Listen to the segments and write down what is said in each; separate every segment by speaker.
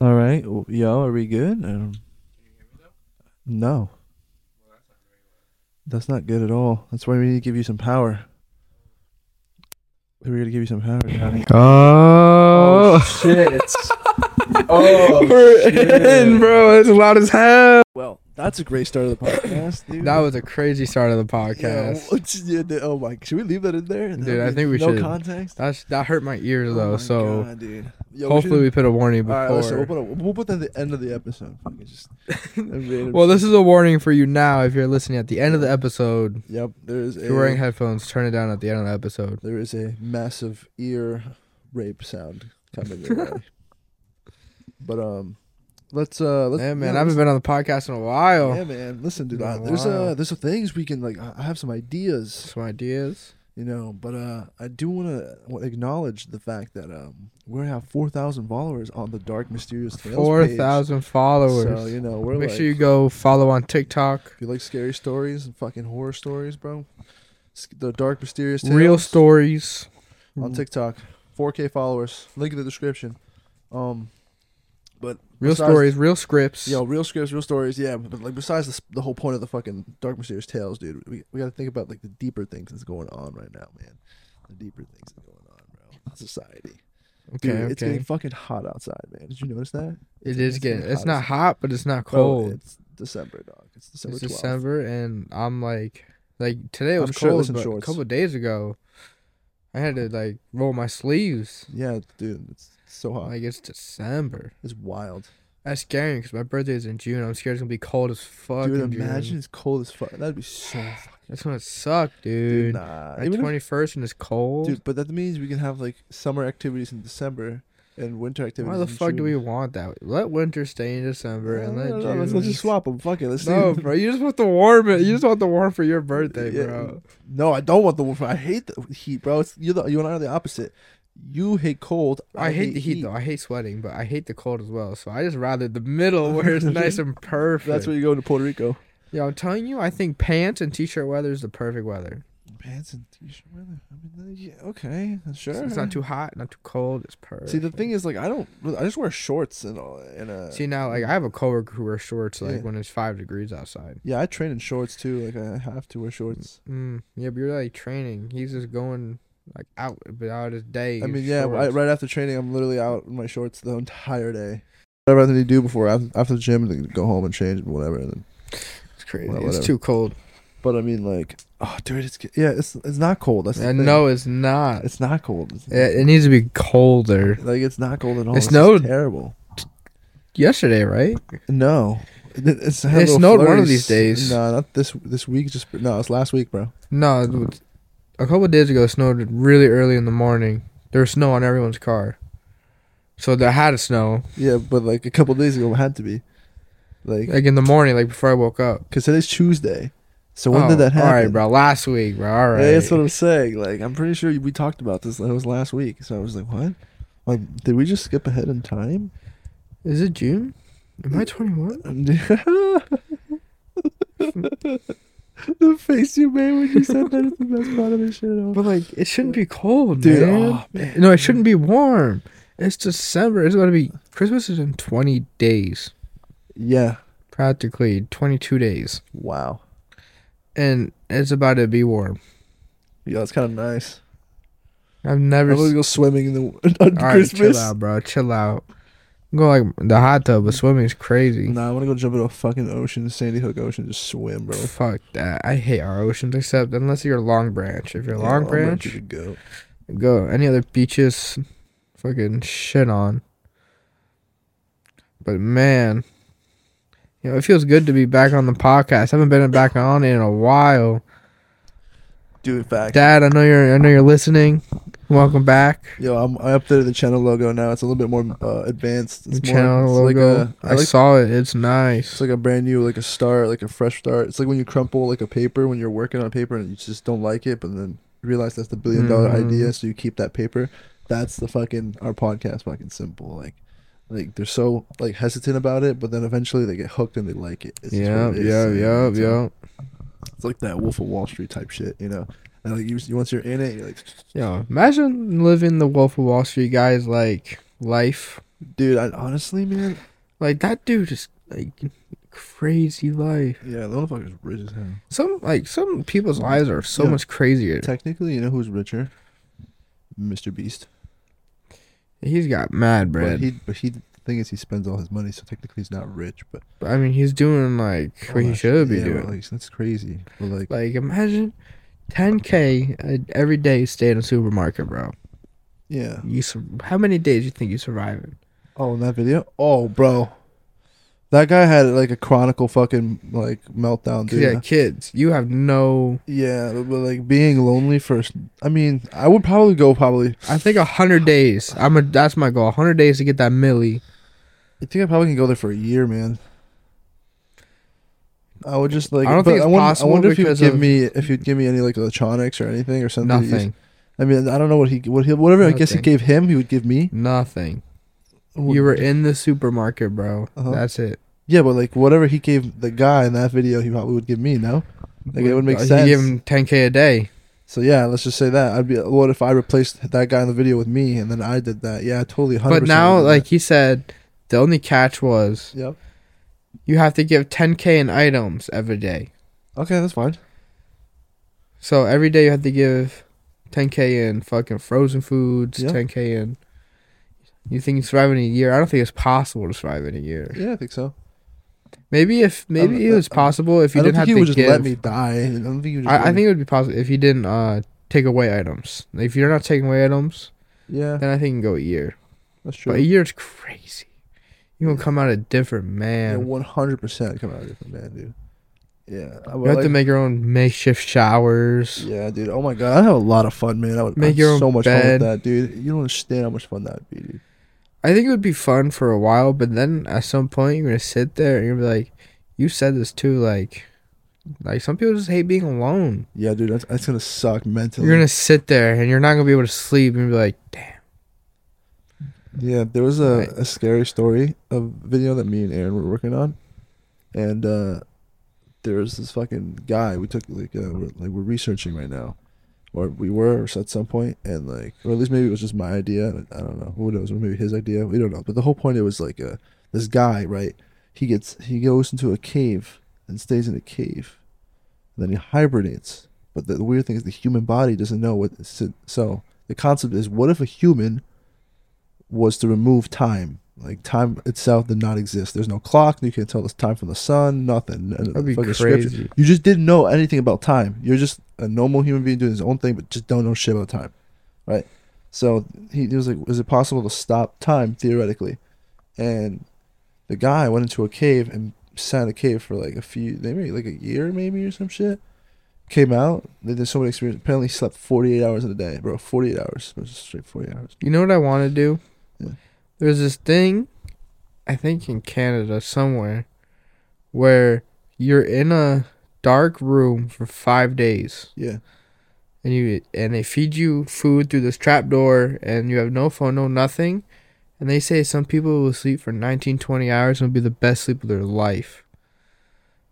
Speaker 1: right, w- yo, are we good? Um, no, that's not good at all. That's why we need to give you some power. We're gonna give you some power, Johnny.
Speaker 2: Oh,
Speaker 3: shit. oh,
Speaker 2: we're
Speaker 3: shit.
Speaker 2: in, bro. It's loud as hell.
Speaker 1: Well, that's a great start of the podcast. Dude.
Speaker 2: That was a crazy start of the
Speaker 1: yeah,
Speaker 2: podcast.
Speaker 1: what's- yeah, dude, oh my, should we leave that in there?
Speaker 2: Dude,
Speaker 1: That'd
Speaker 2: I
Speaker 1: be
Speaker 2: think we
Speaker 1: no
Speaker 2: should.
Speaker 1: context.
Speaker 2: That sh- that hurt my ears
Speaker 1: Oh
Speaker 2: though.
Speaker 1: my
Speaker 2: so
Speaker 1: God, dude. Yo, we
Speaker 2: hopefully we, put a warning
Speaker 1: All
Speaker 2: before.
Speaker 1: right, listen, we'll put, a, we'll put that at the end of the episode. Fucking just-
Speaker 2: well, this is a warning for you now. If you're listening at the end of the episode,
Speaker 1: Yep, there is
Speaker 2: if you're wearing
Speaker 1: a
Speaker 2: headphones, turn it down at the end of the episode.
Speaker 1: there is a massive ear rape sound coming your way. But um, let's uh, let's
Speaker 2: Yeah, man,
Speaker 1: yeah,
Speaker 2: I haven't
Speaker 1: let's-
Speaker 2: been on the podcast in a while.
Speaker 1: yeah, man. Listen, dude,
Speaker 2: Been
Speaker 1: I,
Speaker 2: a
Speaker 1: there's uh,
Speaker 2: while.
Speaker 1: there's some things we can like. I I have some ideas,
Speaker 2: Some ideas.
Speaker 1: you know. But uh, I do want to acknowledge the fact that um, we have four thousand followers on the Dark Mysterious Tales.
Speaker 2: Four
Speaker 1: page.
Speaker 2: thousand followers.
Speaker 1: So you know, we're
Speaker 2: Make
Speaker 1: like,
Speaker 2: sure you go follow on TikTok.
Speaker 1: If you like scary stories and fucking horror stories, bro, s- the Dark Mysterious Tales
Speaker 2: Real stories.
Speaker 1: on TikTok, 4K followers. Link in the description. Um, but
Speaker 2: Real
Speaker 1: besides-
Speaker 2: stories. Real scripts.
Speaker 1: Yo, real scripts, real stories. Yeah, but like besides the, s- the whole point of the fucking Dark Mysterious Tales, dude, we, we got to think about like the deeper things that's going on right now, man. The deeper things that's going on, bro. Society.
Speaker 2: okay.
Speaker 1: Dude, it's
Speaker 2: okay.
Speaker 1: getting fucking hot outside, man. Did you notice that?
Speaker 2: It is getting. It's not
Speaker 1: as-
Speaker 2: hot, but it's not
Speaker 1: Bro,
Speaker 2: cold.
Speaker 1: it's December, dog. It's December.
Speaker 2: It's
Speaker 1: 12th.
Speaker 2: December, and I'm like, like today
Speaker 1: I'm
Speaker 2: was
Speaker 1: shirtless
Speaker 2: cold,
Speaker 1: and
Speaker 2: but a
Speaker 1: shorts.
Speaker 2: couple of days ago, I had to like roll my sleeves.
Speaker 1: Yeah, dude, it's so hot.
Speaker 2: Like it's December.
Speaker 1: it's wild.
Speaker 2: That's scary because my birthday is in June. I'm scared it's gonna be cold as fuck.
Speaker 1: Dude,
Speaker 2: in June.
Speaker 1: imagine it's cold as fuck. That'd be so fucking.
Speaker 2: That's gonna suck,
Speaker 1: Dude,
Speaker 2: dude.
Speaker 1: nah.
Speaker 2: My
Speaker 1: Even if-
Speaker 2: twenty first and it's cold.
Speaker 1: dude, but that means we can have like summer activities in December and winter activities.
Speaker 2: Why the
Speaker 1: in
Speaker 2: fuck do we
Speaker 1: June.
Speaker 2: want that? Let winter stay in December and
Speaker 1: No,
Speaker 2: let
Speaker 1: no, no,
Speaker 2: June.
Speaker 1: let's, let's just swap them. Fuck it. Let's
Speaker 2: No,
Speaker 1: see.
Speaker 2: bro, you just want the warm. You just want the warm for your birthday,
Speaker 1: Yeah.
Speaker 2: bro.
Speaker 1: No, I don't want the warmth. I hate the heat, bro. It's, you're the, you and I are the opposite. You hate cold.
Speaker 2: I, hate, the heat, though. I hate sweating, but I hate the cold as well. So I just rather the middle where it's nice and perfect.
Speaker 1: That's where you go to Puerto Rico.
Speaker 2: Yo, I'm telling you, I think pants and t-shirt weather is the perfect weather.
Speaker 1: Pants and t-shirt weather. I mean, yeah, okay, sure.
Speaker 2: It's not too hot, not too cold. It's perfect.
Speaker 1: See, the thing is, like, I don't. I just wear shorts and all. And uh,
Speaker 2: See now, like I have a coworker who wears shorts like
Speaker 1: Yeah.
Speaker 2: when it's five degrees outside.
Speaker 1: yeah, I train in shorts too. Like, I have to wear shorts.
Speaker 2: Mm, yeah, but you're like training. He's just going like out, but out his day.
Speaker 1: I
Speaker 2: in
Speaker 1: mean, yeah, right,
Speaker 2: shorts.
Speaker 1: right after training, I'm literally out in my shorts the entire day. Whatever I have to do before after, after the gym, and then go home and change, whatever. And then,
Speaker 2: It's crazy.
Speaker 1: Well,
Speaker 2: it's
Speaker 1: whatever.
Speaker 2: too cold.
Speaker 1: but I mean, like, oh, dude, it's get- yeah, it's it's not cold. That's the
Speaker 2: And
Speaker 1: thing.
Speaker 2: no, it's not.
Speaker 1: it's not cold. It's,
Speaker 2: It, it needs to be colder.
Speaker 1: like, it's not cold at all.
Speaker 2: It
Speaker 1: It's
Speaker 2: snowed.
Speaker 1: terrible.
Speaker 2: Yesterday, right?
Speaker 1: No, it, it's had
Speaker 2: It
Speaker 1: little
Speaker 2: snowed one of
Speaker 1: flurries.
Speaker 2: these days.
Speaker 1: No, not this this week. Just no, it's last week, bro.
Speaker 2: No, it was- a couple of days ago, it snowed really early in the morning. There was snow on everyone's car, so there had to snow
Speaker 1: Yeah, but like a couple days ago, it had to be, like,
Speaker 2: like in the morning, like before I woke up.
Speaker 1: because today's Tuesday. So when did
Speaker 2: Oh,
Speaker 1: that happen?
Speaker 2: All right, bro. Last week, bro. All right.
Speaker 1: Yeah, that's what I'm saying. Like, I'm pretty sure we talked about this. It was last week, so I was like, "What? Like, did we just skip ahead in time?"
Speaker 2: Is it June? Am I 21?
Speaker 1: the face you made when you said that is the best part of this shit. at all.
Speaker 2: But like, it shouldn't be cold,
Speaker 1: Dude,
Speaker 2: man.
Speaker 1: oh, man.
Speaker 2: No, it shouldn't be warm. It's December. It's about to be Christmas is in 20 days,
Speaker 1: Yeah.
Speaker 2: practically 22 days,
Speaker 1: Wow.
Speaker 2: and it's about to be warm.
Speaker 1: Yeah, that's kind of nice.
Speaker 2: I've never.
Speaker 1: I'm gonna go swimming in the on
Speaker 2: All right,
Speaker 1: Christmas.
Speaker 2: chill out, bro. Chill out. Go like the hot tub, but swimming is crazy.
Speaker 1: Nah, I wanna go jump into a fucking ocean, Sandy Hook Ocean, just swim, bro.
Speaker 2: Fuck that. I hate our oceans, except unless you're Long Branch. If you're
Speaker 1: Yeah,
Speaker 2: Long
Speaker 1: I'll let
Speaker 2: Branch,
Speaker 1: you go.
Speaker 2: go. Any other beaches, fucking shit on. But man, you know it feels good to be back on the podcast. I haven't been back on in a while.
Speaker 1: Dude, fact.
Speaker 2: Dad, I know you're. I know you're listening. Welcome back.
Speaker 1: Yo, I'm, I updated the channel logo now. It's a little bit more uh, advanced. It's
Speaker 2: The
Speaker 1: more,
Speaker 2: channel
Speaker 1: it's like
Speaker 2: logo.
Speaker 1: a- I
Speaker 2: I
Speaker 1: like
Speaker 2: saw it. It's nice.
Speaker 1: It's like a brand new, like a start, like a fresh start. It's like when you crumple like a paper when you're working on a paper and you just don't like it, but then realize that's the billion dollar
Speaker 2: Mhm.
Speaker 1: idea, so you keep that paper. That's the fucking our podcast fucking simple. Like, like they're so like hesitant about it, but then eventually they get hooked and they like it. It's just
Speaker 2: Yep,
Speaker 1: what it is.
Speaker 2: yep, yep,
Speaker 1: It's,
Speaker 2: yep.
Speaker 1: It's like that Wolf of Wall Street type shit, you know. And like you, you- once you're in it, you're like,
Speaker 2: Yo, imagine living the Wolf of Wall Street guy's like life.
Speaker 1: dude. I honestly, man,
Speaker 2: Like that dude is like crazy life.
Speaker 1: Yeah, the motherfucker's rich as hell.
Speaker 2: Some like some people's lives are so
Speaker 1: Yeah.
Speaker 2: much crazier.
Speaker 1: Technically, you know who's richer? Mr. Beast.
Speaker 2: He's got mad
Speaker 1: But
Speaker 2: bread.
Speaker 1: he, but he, the thing is, he spends all his money, so technically he's not rich. But
Speaker 2: But, I mean, he's doing like what he
Speaker 1: Oh, Yeah,
Speaker 2: should be
Speaker 1: but,
Speaker 2: doing. Like,
Speaker 1: Like, that's crazy. But like,
Speaker 2: imagine 10k a- every day stay in a supermarket, bro.
Speaker 1: yeah.
Speaker 2: You sur- how many days you think you surviving?
Speaker 1: Oh, in that video. Oh, bro, that guy had like a chronical fucking like meltdown,
Speaker 2: 'Cause
Speaker 1: dude.
Speaker 2: you got kids. You have no.
Speaker 1: Yeah, but like being lonely first. I mean, I would probably go probably.
Speaker 2: I think hundred days. I'm a. That's my goal. hundred days to get that millie.
Speaker 1: I think I probably can go there for a year, man. I would just like.
Speaker 2: I don't
Speaker 1: but
Speaker 2: think it's
Speaker 1: I wonder,
Speaker 2: possible
Speaker 1: I wonder if you'd
Speaker 2: because
Speaker 1: give
Speaker 2: of-
Speaker 1: me if you'd give me any like electronics or anything or something. to use.
Speaker 2: Nothing.
Speaker 1: I mean, I don't know what he what he whatever. I guess he
Speaker 2: Nothing.
Speaker 1: gave him. He would give me.
Speaker 2: Nothing. You were in the supermarket, bro.
Speaker 1: Uh-huh.
Speaker 2: That's it.
Speaker 1: Yeah, but like whatever he gave the guy in that video, he probably would give me. No, like it would make
Speaker 2: Uh,
Speaker 1: sense.
Speaker 2: You give him 10k a day.
Speaker 1: So yeah, let's just say that I'd be. What if I replaced that guy in the video with me, and then I did that? Yeah, totally. 100%
Speaker 2: But now,
Speaker 1: would do
Speaker 2: like he said, the only catch was
Speaker 1: that. yep.
Speaker 2: you have to give 10k in items every day.
Speaker 1: Okay, that's fine.
Speaker 2: So every day you have to give 10k in fucking frozen foods,
Speaker 1: Yeah.
Speaker 2: 10k in. You think you survive in a year? I don't think it's possible to survive in a year.
Speaker 1: Yeah, I think so.
Speaker 2: Maybe if maybe it
Speaker 1: I-
Speaker 2: was possible if you
Speaker 1: I don't
Speaker 2: didn't
Speaker 1: think
Speaker 2: have
Speaker 1: he
Speaker 2: to
Speaker 1: would just
Speaker 2: give.
Speaker 1: let me die. I don't think he would just.
Speaker 2: I, I
Speaker 1: let me-
Speaker 2: think it would be possible if you didn't uh, take away items. If you're not taking away items,
Speaker 1: Yeah,
Speaker 2: then I think you can go a year.
Speaker 1: that's
Speaker 2: But a
Speaker 1: true.
Speaker 2: year's crazy. You gonna come out a different
Speaker 1: Yeah,
Speaker 2: man.
Speaker 1: one hundred percent come out of different man, dude. Yeah, I
Speaker 2: you
Speaker 1: would
Speaker 2: have
Speaker 1: like,
Speaker 2: to make your own makeshift showers.
Speaker 1: Yeah, dude. Oh my god, I have a lot of fun, man. I would
Speaker 2: Make
Speaker 1: have
Speaker 2: your own
Speaker 1: so much fun with
Speaker 2: bed.
Speaker 1: that, dude. You don't understand how much fun that would be, dude.
Speaker 2: I think it would be fun for a while, but then at some point you're gonna sit there and you're gonna be like, "You said this too." Like, like some people just hate being alone.
Speaker 1: Yeah, dude. That's, that's gonna suck mentally.
Speaker 2: You're gonna sit there and you're not gonna be able to sleep and be like, "Damn."
Speaker 1: Yeah, there was a,
Speaker 2: Right.
Speaker 1: a scary story, a video that me and Aaron were working on, and uh, there was this fucking guy we took like uh, we're, like we're researching right now, or we were or so at some point, and like or at least maybe it was just my idea. and I don't know who knows, or maybe his idea. We don't know. But the whole point it was like uh, this guy, right? He gets he goes into a cave and stays in a cave, and then he hibernates. But the, the weird thing is the human body doesn't know what. So the concept is, what if a human was to remove time. Like time itself did not exist. There's no clock. You can't tell the time from the sun. Nothing.
Speaker 2: That'd be
Speaker 1: Fucking scripture.
Speaker 2: crazy.
Speaker 1: You just didn't know anything about time. You're just a normal human being doing his own thing, but just don't know shit about time, right? So he, he was like, "Is it possible to stop time theoretically?" And the guy went into a cave and sat in a cave for like a few, maybe like a year, maybe or some shit. Came out. They did so many experience. Apparently, he slept 48 hours in a day, bro. 48 hours, It was straight 48 hours.
Speaker 2: You know what I want to do?
Speaker 1: Yeah.
Speaker 2: There's this thing, I think in Canada somewhere, where you're in a dark room for five days.
Speaker 1: Yeah.
Speaker 2: and you and they feed you food through this trap door and you have no phone no nothing and they say some people will sleep for 19 20 hours and it'll be the best sleep of their life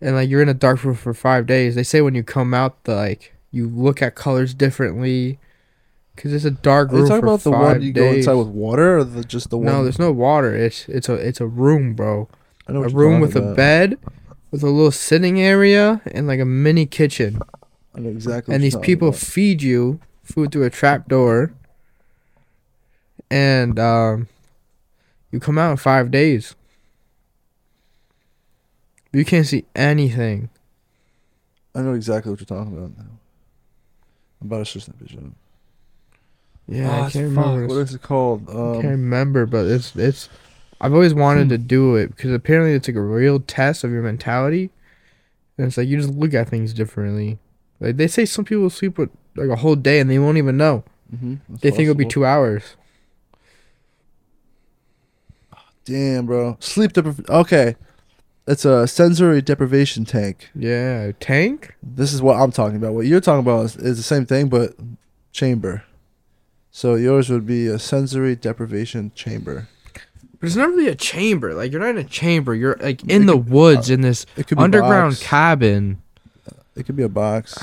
Speaker 2: and like you're in a dark room for five days they say when you come out the, like you look at colors differently because it's a dark
Speaker 1: Are you
Speaker 2: room for
Speaker 1: talking about the
Speaker 2: five
Speaker 1: one you
Speaker 2: days.
Speaker 1: go inside with water, or the, just the one?
Speaker 2: no there's no water it's it's a it's a room bro
Speaker 1: I know
Speaker 2: a
Speaker 1: what you're
Speaker 2: room
Speaker 1: talking
Speaker 2: with a
Speaker 1: about.
Speaker 2: bed with a little sitting area and like a mini kitchen
Speaker 1: I know exactly. what
Speaker 2: and
Speaker 1: you're
Speaker 2: these
Speaker 1: talking
Speaker 2: people
Speaker 1: about.
Speaker 2: feed you food through a trap door and um, you come out in five days you can't see anything
Speaker 1: I know exactly what you're talking about now. I'm about to search that bitch up.
Speaker 2: yeah
Speaker 1: Ah,
Speaker 2: i can't
Speaker 1: fuck,
Speaker 2: remember
Speaker 1: What is it called?
Speaker 2: i can't
Speaker 1: Um,
Speaker 2: remember but it's it's i've always wanted to do it because apparently it's like a real test of your mentality and it's like you just look at things differently like they say some people sleep with like a whole day and they won't even know
Speaker 1: mhm, that's
Speaker 2: they think it'll be
Speaker 1: possible.
Speaker 2: two hours
Speaker 1: Damn, bro. Sleep deprivation. Okay, it's a sensory deprivation tank.
Speaker 2: yeah tank
Speaker 1: This is what I'm talking about. What you're talking about is, is the same thing, but chamber. So yours would be a sensory deprivation chamber.
Speaker 2: But it's not really a chamber. Like you're not in a chamber. You're like in the woods in this
Speaker 1: uh, It could be
Speaker 2: underground
Speaker 1: box.
Speaker 2: cabin.
Speaker 1: It could be a box.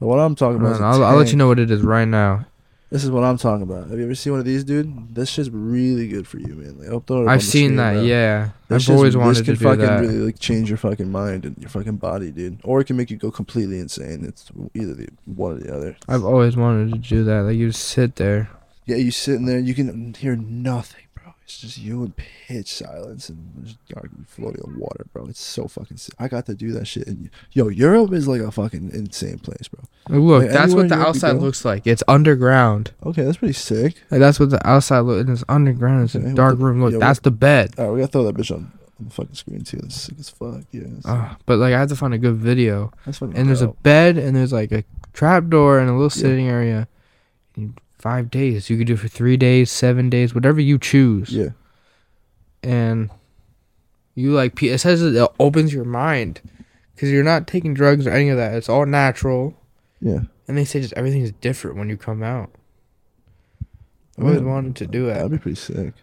Speaker 1: But what I'm talking about is a
Speaker 2: I'll, I'll let you
Speaker 1: tank.
Speaker 2: know what it is right now.
Speaker 1: This is what I'm talking about. Have you ever seen one of these, dude? This shit's really good for you, man. Like, I'll throw it up on the
Speaker 2: I've seen
Speaker 1: screen
Speaker 2: that.
Speaker 1: now.
Speaker 2: Yeah,
Speaker 1: This
Speaker 2: I've
Speaker 1: shit's-
Speaker 2: always
Speaker 1: this
Speaker 2: wanted to
Speaker 1: can
Speaker 2: do
Speaker 1: fucking
Speaker 2: that.
Speaker 1: really like change your fucking mind and your fucking body, dude. Or it can make you go completely insane. It's either the one or the other.
Speaker 2: I've always wanted to do that. Like you just sit there.
Speaker 1: Yeah, you sitting there, you can hear nothing, bro. It's just you and pitch silence and just fucking floating on water, bro. It's so fucking. Sick. I got to do that shit, and yo, Europe is like a fucking insane place, bro.
Speaker 2: Like, look,
Speaker 1: Like,
Speaker 2: that's
Speaker 1: anywhere
Speaker 2: what the
Speaker 1: you could
Speaker 2: outside
Speaker 1: go.
Speaker 2: looks like. It's underground.
Speaker 1: Okay, that's pretty sick.
Speaker 2: Like that's what the outside look. And it's underground. It's
Speaker 1: Okay,
Speaker 2: a
Speaker 1: what
Speaker 2: dark
Speaker 1: the-
Speaker 2: room. Look,
Speaker 1: yeah,
Speaker 2: that's the bed.
Speaker 1: All right, we gotta throw that bitch on, on the fucking screen too. That's sick as fuck. Yeah, that's,
Speaker 2: Uh, but like I have to find a good video.
Speaker 1: that's fucking.
Speaker 2: And there's a
Speaker 1: dope.
Speaker 2: bed and there's like a trap door and a little
Speaker 1: Yeah.
Speaker 2: sitting area. In five days, you could do it for three days, seven days, whatever you choose.
Speaker 1: yeah.
Speaker 2: and you like pe- it says it opens your mind because you're not taking drugs or any of that. It's all natural,
Speaker 1: Yeah.
Speaker 2: and they say just everything's different when you come out. I always
Speaker 1: mean,
Speaker 2: wanted to do
Speaker 1: That'd
Speaker 2: it.
Speaker 1: be pretty sick.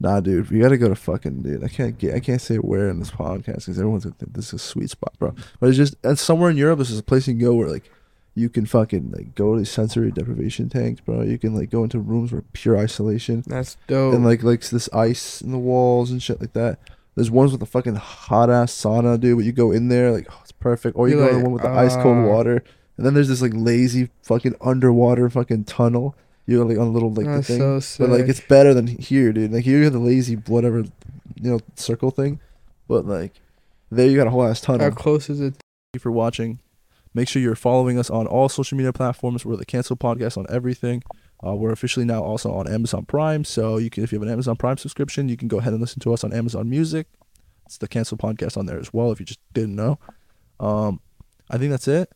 Speaker 1: Nah, dude, we gotta go to fucking dude. I can't get, I can't say where in this podcast because everyone's gonna think this is a sweet spot, bro. But it's just and somewhere in Europe, this is a place you can go where like you can fucking like go to these sensory deprivation tanks, bro. You can like go into rooms where pure isolation
Speaker 2: That's dope.
Speaker 1: and like like this ice in the walls and shit like that. There's ones with a fucking hot ass sauna, dude. But you go in there like oh, it's perfect, or you go
Speaker 2: You're
Speaker 1: to the
Speaker 2: like,
Speaker 1: one with the ice cold
Speaker 2: ah.
Speaker 1: water, and then there's this like lazy fucking underwater fucking tunnel. You're like on a little like the
Speaker 2: That's
Speaker 1: thing.
Speaker 2: so sick.
Speaker 1: But like it's better than here, dude. Like here you have the lazy whatever, you know, circle thing. But like there you got a whole ass ton
Speaker 2: how
Speaker 1: of. Thank
Speaker 2: close is it?
Speaker 1: you for watching. Make sure you're following us on all social media platforms. We're the Cancel Podcast on everything. Uh, we're officially now also on Amazon Prime. So you can, if you have an Amazon Prime subscription, you can go ahead and listen to us on Amazon Music. It's the Cancel Podcast on there as well. If you just didn't know, um, I think that's it.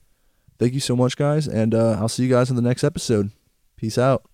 Speaker 1: Thank you so much, guys, and uh, I'll see you guys in the next episode. Peace out.